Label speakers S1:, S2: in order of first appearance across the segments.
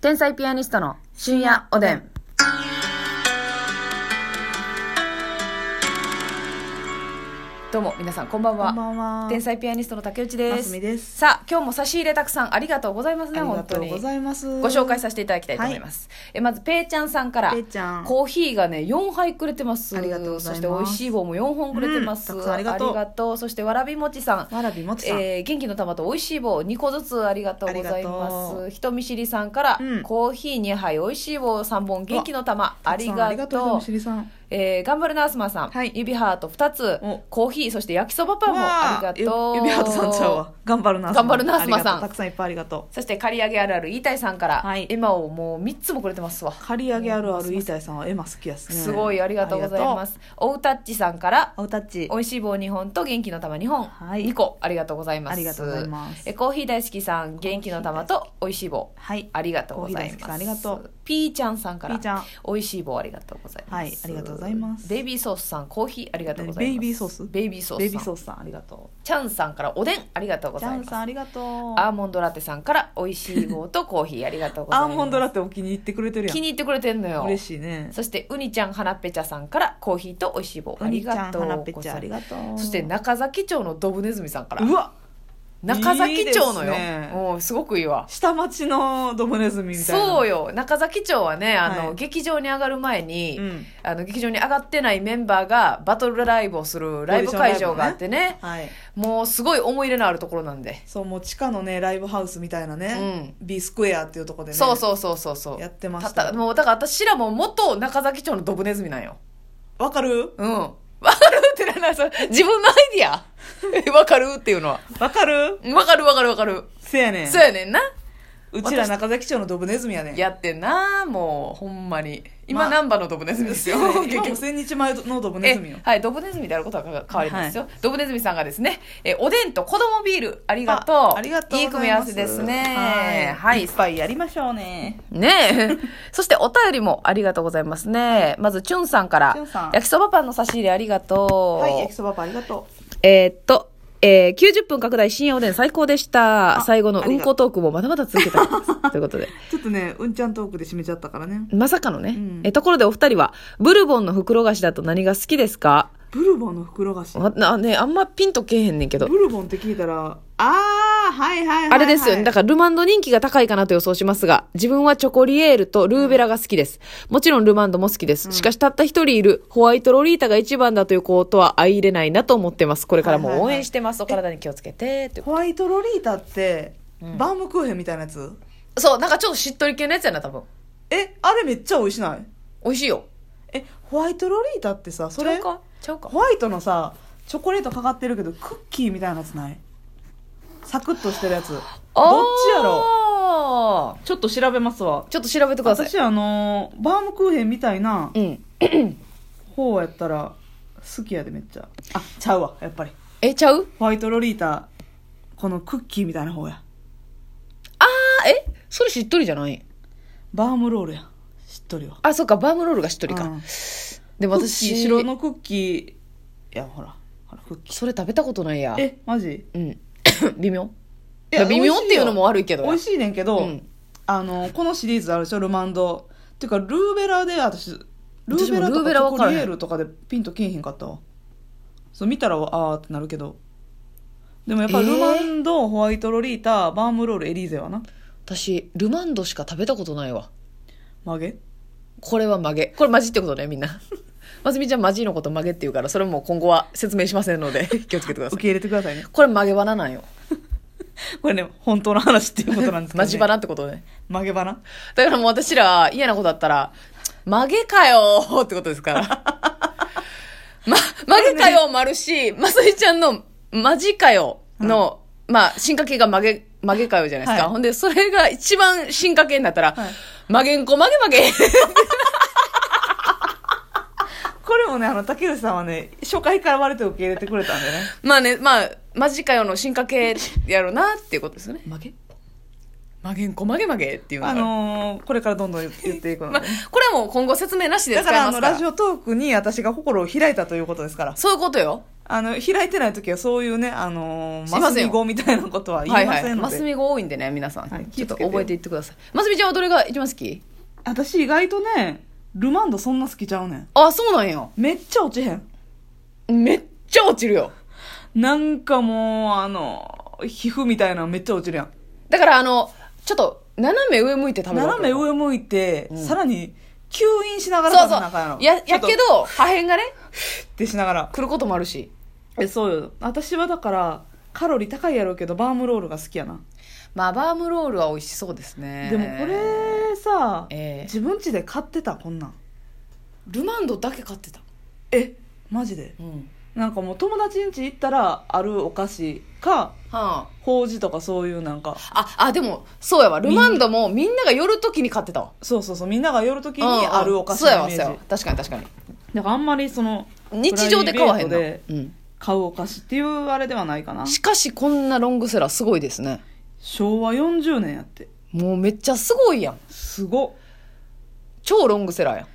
S1: 天才ピアニストの深夜おでん。どうも皆さんこんばんは。
S2: こんばんは。
S1: 天才ピアニストの竹内
S2: ま
S1: ですす
S2: み。です。
S1: さあ今日も差し入れたくさんありがとうございます
S2: あ
S1: ね
S2: りが
S1: 本当
S2: とう
S1: に。
S2: ございます。
S1: ご紹介させていただきたいと思います。えまずペイちゃんさんから
S2: ペ。イちゃん。
S1: コーヒーがね4杯くれてます
S2: ありがとうござい
S1: そ
S2: ます
S1: して美味しい棒も4本くれてます、
S2: うんたくさんありがとう
S1: そしてわらびもちさん
S2: わらびもちさん。
S1: えー元気の玉と美味しい棒2個ずつありがとうござい
S2: ありが
S1: ま
S2: と
S1: す人見知りさんから、
S2: うん
S1: コーヒー2杯美味しい棒3本元気の玉あり
S2: たくさんあり
S1: が
S2: がとう
S1: とう
S2: ございます。しりさん。
S1: えー頑張るナースマンさん、
S2: はい
S1: 指ハート2つ
S2: お
S1: コーヒーそして焼きそばパンもありがとう
S2: わあゆ指ハートさんちゃうわ。頑張るナースマン。
S1: 頑張るナースマンさん
S2: ありがとうたくさんいっぱいありがと
S1: そして刈り上げあるある言いたいさんから、
S2: はい
S1: 今をもう3つもくれてますわ
S2: う。刈り上げあるある言いたいさんはエマ好きやすね。
S1: すごいありがとうございま
S2: あり
S1: すおうたっちさんから
S2: がとう。おたっち
S1: 美。味しい棒2本と元気の玉2本、
S2: はい
S1: 2個ありがとうございます
S2: ありがとうございます
S1: えコーヒー大好きさん元気の玉と美味しい棒
S2: はい。
S1: ありがとうござい
S2: コーヒー大好
S1: ま
S2: き
S1: す。
S2: さんありがとう。
S1: ピーちゃんさんから。
S2: ピーちゃん
S1: 美味しい棒ありがとうございます。
S2: はいありがとうございます
S1: ベイビーソースさん、コーヒーありがとうございます。
S2: ベイビーソース
S1: ベイビーソースさん。
S2: ベイビーソースさんありがと
S1: ちゃんさんからおでんありがとう
S2: う。
S1: ご
S2: ジ
S1: ざ
S2: ャ
S1: い
S2: ン
S1: ます。
S2: さんありがとう。
S1: アーモンドラテさんから美味しい棒とコーヒーありがとうござい
S2: ア
S1: ま
S2: ー
S1: す。
S2: モンドラ
S1: テ
S2: テお気に入ってくれてるや
S1: 気
S2: ん。
S1: に入ってくれてんのよ。
S2: 嬉しいね。
S1: そしてうにちゃんはなっぺちゃさんからコーヒーと美味しい棒
S2: お
S1: あり
S2: 兄ちゃ
S1: が
S2: ん
S1: とう
S2: は
S1: ござ
S2: ないっぺちゃんあり
S1: ま
S2: がとう。
S1: す。そして中崎町のドブネズミさんから
S2: うわ
S1: 中崎町のよ
S2: いいですね
S1: おうすごくいいわ
S2: 下町のドブネズミみたいな。
S1: そう
S2: よ。
S1: よ中崎町はねあの、
S2: はい
S1: 劇場に上がる前に、
S2: うん。
S1: あの劇場に上がってないメンバーがバトルライブをするライブ会場があってね
S2: はい。
S1: もうすごい思い入れのあるところなんで、
S2: そうもう地下のねライブハウスみたいなね、B スクエアっていうところでね
S1: そうそうそうそうそう
S2: やってました
S1: たもうだから私らも元中崎町のドブネズミなんよ
S2: わかる
S1: うんわかるってなんだそれ自分のアイディア わかるっていうのは
S2: わかる
S1: わかるわかるわかる、
S2: せやねん
S1: そうやねんな
S2: うちら中崎町のドブネズミやねん
S1: やってんなもうほんまに今、
S2: まあ
S1: 難波のドブネズミですよ、
S2: そう
S1: 結
S2: 今も
S1: 局
S2: 千日前のドブネズミよ
S1: えはいドブネズミであることは変わりますよ、ドブネズミさんがですねえおでんと子供ビールありがとう
S2: ありがとう
S1: い
S2: ございます
S1: 組み合わせですね
S2: は
S1: はいい
S2: っぱいやりましょうね
S1: ねえそしてお便りもありがとうございますねまずチュンさんから
S2: チュンさん
S1: 焼きそばパンの差し入れありがとう、
S2: はい焼きそばパンありがとう
S1: えーっとえー、90分拡大深夜おでん最高でした。
S2: あ
S1: 最後の
S2: あ
S1: う
S2: り
S1: ん
S2: が
S1: こトークもまだまだ続け たいです。ということで。
S2: ちょっとねうんちゃんトークで締めちゃったからね
S1: まさかのね。
S2: ん
S1: え、ところでお二人は、ブルボンの袋菓子だと何が好きですか
S2: ブルボンの袋菓子
S1: わなね、あんまピンとけえへんねんけど
S2: ブ。ルボンって聞いたらあーはいはいはい、はい、
S1: あれですよね。だから、ルマンド人気が高いかなと予想しますが、自分はチョコリエールとルーベラが好きです。もちろんルマンドも好きです。しかし、たった一人いるホワイトロリータが一番だということは相入れないなと思ってます。これから
S2: はい
S1: も
S2: はい
S1: 応
S2: はい
S1: 援してます。お体に気をつけて。という
S2: ホワイトロリータって、バームクーヘンみたいなやつ
S1: そう、なんかちょっとしっとり系のやつやな、多分。
S2: えあれめっちゃ美味しない
S1: 美味しいよ。
S2: えホワイトロリータってさそ
S1: ちゃ
S2: れ
S1: うかちゃうか
S2: ホワイトのさチョコレートかかってるけどクッキーみたいなやつないサクッとしてるやつどっちやろ
S1: ろ
S2: ちょっと調べますわ
S1: ちょっと調べてください。
S2: 私あのーバームクーヘンみたいな
S1: うん。
S2: 方やったら好きやでめっちゃあちゃうわやっぱり
S1: え、ちゃう
S2: ホワイトロリータこのクッキーみたいな方や
S1: あー、えそれしっとりじゃない
S2: バームロールやしっとりは
S1: あ、そっか、バームロールがしっとりか。
S2: うん
S1: でも
S2: クッキ
S1: 私、
S2: ー白のクッキーいやほらほらクッキー
S1: それ食べたことないや。
S2: えマジ
S1: うん 微妙
S2: いや
S1: 微妙っていうのも悪いけど
S2: 美味しいねんけど、
S1: うん
S2: あのこのシリーズあるでしょルマンドっていうかルーベラで私ルーベラ
S1: 私もル
S2: と
S1: ーベラ
S2: か
S1: 分
S2: チョ
S1: か
S2: コ
S1: らへん
S2: リエールとかでピンとけえへんかったわそう見たらあーってなるけどでもやっぱ
S1: えー
S2: ルマンド、ホワイトロリータバームロールエリーゼはな
S1: 私ルマンドしか食べたことないわ
S2: 曲げ
S1: これは曲 げこれマジってことねみんな ますみちゃんマジのこと曲げって言うからそれも今後は説明しませんので 気をつけてくださ
S2: 受
S1: い
S2: け入れてください ね
S1: これ曲げ花なんよ
S2: これね本当の話っていうことなんです けど、
S1: マ
S2: ね、
S1: ジ花ってことね
S2: 曲げ花
S1: だからもう私ら嫌なことあったら曲げかよーってことですから ま曲げかよーもあるしますみちゃんのマジかよの、まあ進化系が曲げ曲げかよじゃないですか、
S2: はい
S1: ほんでそれが一番進化系になったら、
S2: はい
S1: 曲げんこ曲げ曲げ
S2: これもねあの竹内さんはね初回から割と受け入れてくれたんでね
S1: まあね、まあ、マジかよの進化系やろうなっていうことですよね。
S2: 曲げ
S1: 曲げんこ曲げ曲げっていうのが
S2: あ
S1: ある
S2: のーこれからどんどん言っていくの
S1: ま
S2: で、
S1: あ
S2: ね、
S1: これはもう今後説明なしで使
S2: だ
S1: い
S2: からあ
S1: ます
S2: の
S1: から。
S2: ラジオトークに私が心を開いたということですから
S1: そういうことよ。
S2: あの、開いてない時はそういうね、あのー、
S1: すいま
S2: マス
S1: せんよ
S2: ミ語みたいなことは言
S1: はいい
S2: ま
S1: は
S2: せ
S1: い。
S2: んの
S1: マ
S2: で。
S1: スミ語多いんでね、皆さん。
S2: はい
S1: ちょっと
S2: 気をつけて
S1: 覚えていってください。マスミちゃんはどれが一番好き
S2: 私意外とね、ルマンドそんな好きちゃうねん。
S1: あ、そうなんや。
S2: めっちゃ落ちへん。
S1: めっちゃ落ちるよ。
S2: なんかもう、あの、皮膚みたいなのめっちゃ落ちるやん。
S1: だからあの、ちょっと、斜め上向いて食べるわけ
S2: 斜め上向いて、
S1: ん
S2: さらに、吸引しながら
S1: そう
S2: 食べ
S1: そ
S2: なあかんやろ
S1: う。や、やけ
S2: ちょっ
S1: ど、破片がね、
S2: とってしながら。
S1: 来ることもあるし。
S2: え、そうよ。私はだから、カロリー高いやろうけど、バームロールが好きやな。
S1: まあ、バームロールは美味しそうですね。
S2: でもこれさ、
S1: ええ
S2: 自分家で買ってた、こんなん。
S1: ルマンドだけ買ってた。
S2: え、マジで
S1: うん。
S2: なんかもう友達ん家行ったらあるお菓子か
S1: は
S2: ほうじとかそういうなんか
S1: あ。あ、あ、でも、そうやわ。ルマンドもみんなが寄るときに買ってたわ。
S2: そうそうそうみんなが寄る時にあるお菓
S1: う
S2: 子
S1: んうん
S2: の
S1: そうやわ、
S2: イメ
S1: そう
S2: ー
S1: やわ。確かに確かに。
S2: ジだからあんまりその
S1: 日常で買わへん
S2: プ
S1: な。
S2: ライベートで
S1: うん。
S2: 買うお菓子っていうあれではないかな
S1: しかし、こんなロングセラーすごいですね。
S2: 昭和40年やって
S1: もうめっちゃすごいやん。
S2: すごっ
S1: 超ロングセラーやん。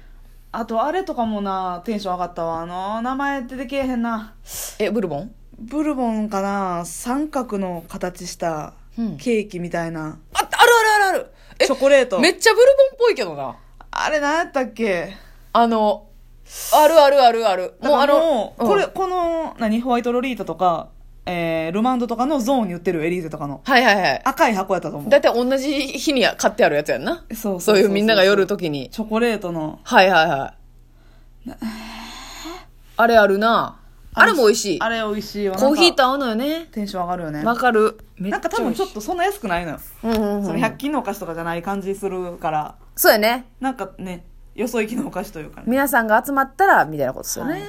S2: あとあれとかもなテンション上がったわあの名前出てけえへんな
S1: え、ブルボン
S2: ブルボンかな三角の形した
S1: うん
S2: ケーキみたいな、
S1: あ、あるあるあるある。え
S2: チョコレート
S1: めっちゃブルボンっぽいけどな。
S2: あれ何やったっけ
S1: あの、あるあるあるある。
S2: もうあの、
S1: うん
S2: これ、この、何、ホワイトロリータとか、えー、ルマンドとかのゾーンに売ってるエリーゼとかの
S1: はいはいはい。
S2: 赤い箱やったと思
S1: だいたい同じ日に買ってあるやつやんな。
S2: う。そう
S1: そういうみんなが寄るときに。
S2: チョコレートの。
S1: はいはいはい。あれあるな。あれも美味しい。
S2: あれ美味しいわ。
S1: コーヒー
S2: なんか
S1: と合うのよね。
S2: テンション上がるよね。
S1: わかる。
S2: なんか多分ちょっとそんな安くないのよ。
S1: うんうん
S2: その
S1: うん
S2: 100均のお菓子とかじゃない感じするから、
S1: そうやね。
S2: なんかね、よそ行きのお菓子というかね。
S1: 皆さんが集まったら、みたいなことですよね。
S2: はい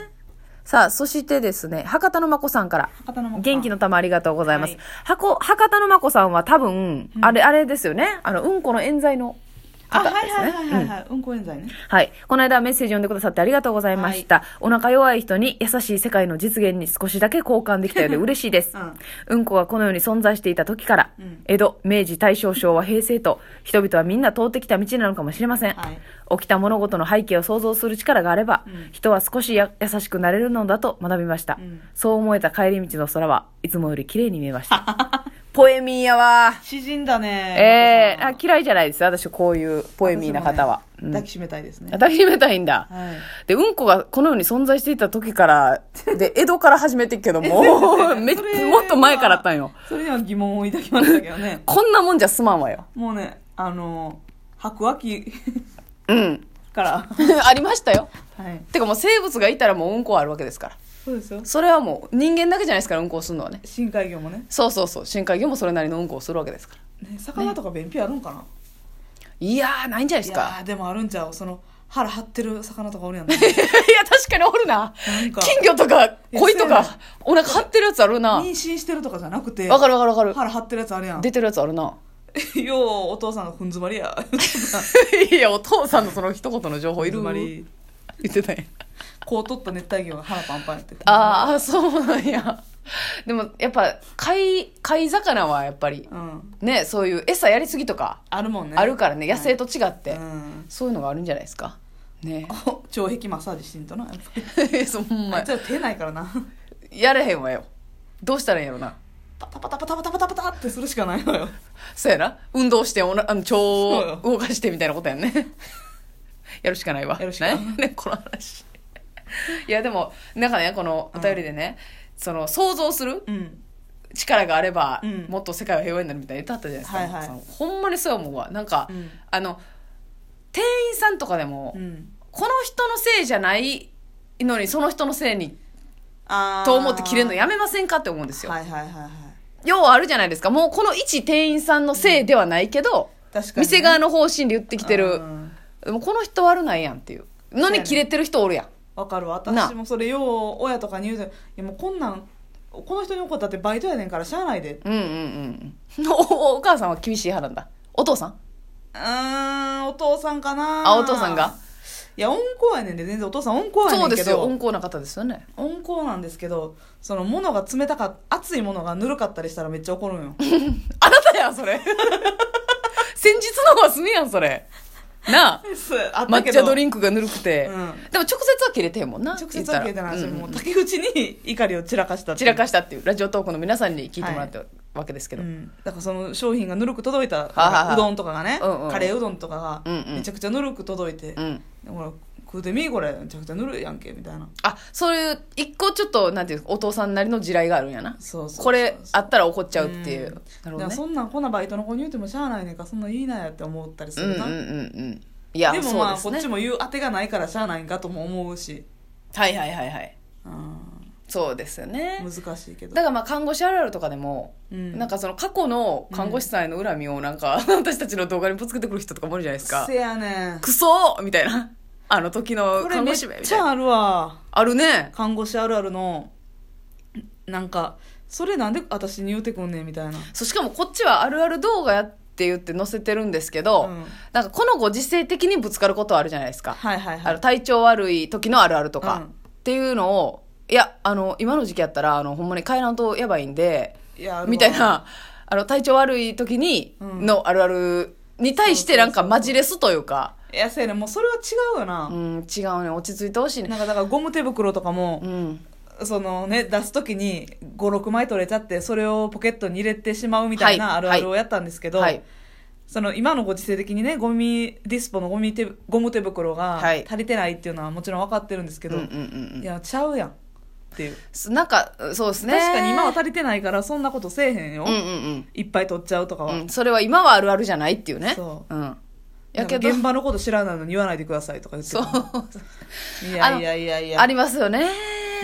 S1: さあ、そしてですね、博多のまこさんから。
S2: 博多のも
S1: 元気の玉ありがとうございます。
S2: はい
S1: 箱博多のまこさんは多分、
S2: うん
S1: あれ、あれですよね。あの、うんこの冤罪の
S2: あ、
S1: 方
S2: は
S1: ですね。
S2: いは
S1: う
S2: いはいはい、
S1: ん
S2: はいうん。こ冤罪ね。
S1: はい。この間メッセージ読んでくださってありがとうございました。お腹弱い人に優しい世界の実現に少しだけ交換できたよ うで嬉しいです。
S2: う
S1: うんん、こがこの世に存在していた時から、
S2: うん
S1: 江戸、明治、大正、昭和、平成と、人々はみんな通ってきた道なのかもしれません。
S2: はい
S1: 起きた物事の背景を想像する力があれば、
S2: うん
S1: 人は少しや優しくなれるのだと学びました。
S2: うん
S1: そう思えた帰り道の空はいつもより綺麗に見えま した。ポエミーやわ
S2: 詩人だね。
S1: ええー、
S2: マ
S1: あ
S2: コさん、
S1: 嫌いじゃないです私こういうポエミーな方は。
S2: 私もね抱きしめたいですね。
S1: 抱きしめたいんだ。
S2: はい。
S1: で、うんこがこの世に存在していた時から、で、江戸から始めてっけども、めっ
S2: それは
S1: もっと前からあったんよ。
S2: それには疑問を抱きましたけどね
S1: こんなもんじゃすまんわよ。
S2: もうねあの白亜紀
S1: うん。
S2: から
S1: ありましたよ。
S2: はい
S1: てかもう生物がいたらもううんこはあるわけですから。
S2: そうですよ
S1: それはもう人間だけじゃないですから、うんこをするのはね。
S2: 深海魚もね
S1: そうそうそう。深海魚もそれなりのうんこをするわけですから。
S2: ね魚とか便秘あるんかな、
S1: いやー、ないんじゃない
S2: い
S1: です
S2: や
S1: か。
S2: ーでもあるんちゃうその腹張ってる魚とかおるやんな ん
S1: いや、確かにおるな。
S2: か
S1: 金魚とか鯉と
S2: いやそう
S1: か、お腹張ってるやつあるな
S2: 妊。娠してるとかじゃなくて
S1: わかるわかるわかる。
S2: 腹張ってるやつあるやん
S1: 出てるやつあるな。
S2: ようお父さんがふん詰まり や
S1: いや、お父さんのその一言の情報いる
S2: ふん詰まり
S1: 言ってたやん
S2: こう取った熱帯魚が腹パンパンやって
S1: ああそうなんやでもやっぱ貝貝魚はやっぱり
S2: うん
S1: ねそういう餌やりすぎとか
S2: あるもんね
S1: あるからね
S2: はい
S1: 野生と違って、
S2: うん
S1: そういうのがあるんじゃないですかね
S2: 腸壁マッサージしんとなやっぱ り
S1: そん
S2: あ
S1: ま
S2: いつら手ないからな
S1: やれへんわよどうしたらいいんやろな
S2: パタパタパタパタパタパタってするしかないのよ
S1: そうやな運動しておなあの腸を
S2: そうよ
S1: 動かしてみたいなことやんね やるしかないわ
S2: やるしかない
S1: ねねこの話いやでもなんかねこのお便りでね、その想像する
S2: うん
S1: 力があれば、
S2: うん
S1: もっと世界は平和になるみたいな歌あったじゃないですか、
S2: はいはい
S1: そのほんまにそう思うわなんか、
S2: うん
S1: あの店員さんとかでも、
S2: うん
S1: この人のせいじゃないのにその人のせいに
S2: あー
S1: と思って切れるのやめませんかって思うんですよ、
S2: はいはいはいはい
S1: 要はあるじゃないですかもうこの一店員さんのせいではないけど、
S2: 確かにね、
S1: 店側の方針で言ってきて
S2: う
S1: る、
S2: ん
S1: でもこの人悪ないやんっていうの
S2: そうや
S1: に
S2: ね
S1: 切れてる人おるやん
S2: わかるわ
S1: な
S2: 私もそれよう親とかに言うていやもうこんなんこの人に怒ったってバイトやねんからしゃあないでう
S1: うんうんうんうんおお母さんは厳しい派なんだお父さん
S2: ーんお父さんかな
S1: あお父さんが
S2: いや温厚やねんで全然お父さん温厚や
S1: そ
S2: ね
S1: うん
S2: けど
S1: ですよ温厚な方ですよね
S2: 温厚なんですけどその物が冷たか熱いものがぬるかったりしたらめっちゃ怒 るんよ
S1: あなたやんそれ先日の方はすみやんそれなあ
S2: ですあった
S1: 抹
S2: けど
S1: 茶ドリンクがぬるくて、
S2: うん
S1: でも直接は切れてへんもんな
S2: 直接は消えてない、
S1: 言ったら
S2: それも
S1: う
S2: うん竹内に怒りを散らかしたって
S1: 散
S2: いう
S1: らかしたっていうラジオトークの皆さんに聞いてもらったわけですけど、
S2: うん、だからその商品がぬるく届いた、
S1: ははは
S2: うどんとかがね、
S1: うんうん
S2: カレーうどんとか
S1: うんう
S2: が
S1: ん
S2: めちゃくちゃぬるく届いて、
S1: うん
S2: でほら食うてみこれめちゃくちゃぬるいやんけみたいな
S1: あそういう一個ちょっとなんていうかお父さんなりの地雷があるんやな
S2: そうそうそう
S1: これあったら怒っちゃうっていう、
S2: う
S1: な
S2: ん
S1: るほ
S2: だ
S1: ど
S2: から
S1: ね
S2: そんなんこんなバイトの子に言うてもしゃあないねんからそんなんいいなやって思ったりす
S1: うんう
S2: る
S1: んう
S2: な、
S1: んうんいや
S2: でも
S1: そう
S2: まあ
S1: で、す
S2: こっ
S1: ね
S2: ちも言う当てがないからしゃあないんかとも思うし、
S1: はいはいはいはい
S2: うん、
S1: そうですよね
S2: 難しいけど
S1: だからまあ看護師あるあるとかでも、
S2: うん
S1: なんかその過去の看護師さんへの恨みをなんか、私たちの動画にぶつけてくる人とかもいるじゃないですか
S2: せやねん
S1: クソーみたいなあの時の
S2: これ
S1: 看
S2: め
S1: 護
S2: っ
S1: 師名み
S2: ち
S1: たい
S2: ゃ
S1: な
S2: あるわ
S1: あるね
S2: 看護師あるあるのなんかそれなんで私に言うてくんねんみたいな
S1: そうしかもこっちはあるある動画やって言って載せてるんですけど、
S2: うん
S1: なんかこのご時世的にぶつかることはあるじゃないですか、
S2: はいはいは
S1: あ
S2: い
S1: の体調悪い時のあるあると
S2: うん
S1: かっていうのをいやあの今の時期やったらあのほんまに帰らんとやばいんで
S2: いやあるわ
S1: みたいなあの体調悪い時に
S2: うん
S1: のあるあるに対してなんかマジレスというか
S2: いやせやねんもうそれは違うよな、
S1: うん違うね落ち着いてほしいね
S2: なんかだからゴム手袋とかも
S1: う、ん
S2: そのね出す時に56枚取れちゃってそれをポケットに入れてしまうみたいな
S1: はい
S2: あるあるをやったんですけど、
S1: はい
S2: その今のご時世的にねゴミディスポのゴミ手ゴム手袋が
S1: はい
S2: 足りてないっていうのはもちろん分かってるんですけ
S1: うん
S2: ど、
S1: うんうん
S2: いやちゃうやんっていう、
S1: うんなんかそうですね
S2: 確かに今は足りてないからそんなことせえへんよ、
S1: うんうん
S2: いっぱい取っちゃうとか
S1: う
S2: は、
S1: んうんそれは今はあるあるじゃないっていうね
S2: そ
S1: うん
S2: な
S1: や
S2: ん
S1: け
S2: か
S1: ど
S2: 現場のこと知らないのに言わないでくださいとか言って
S1: そ
S2: る
S1: う
S2: いやいやいやいや
S1: ありますよね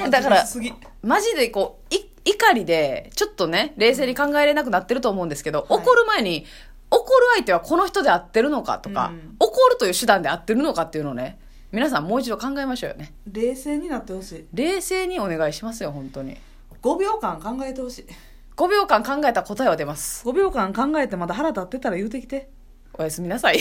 S2: まあ
S1: だから
S2: すぎ
S1: マジでこう、い怒りで、ちょっとね、冷静に考えれなくなってると思うんですけど、
S2: はい
S1: 怒る前に、怒る相手はこの人で合ってるのかとか、
S2: うん
S1: 怒るという手段で合ってるのかっていうのをね、皆さんもう一度考えましょうよね。
S2: 冷静になってほしい
S1: 冷静にお願いしますよ、本当に。
S2: 5秒間考えてほしい
S1: 5秒間考えた答えは出ます。
S2: 5秒間考えてまた腹立ってたら言うてきて
S1: おやすみなさい。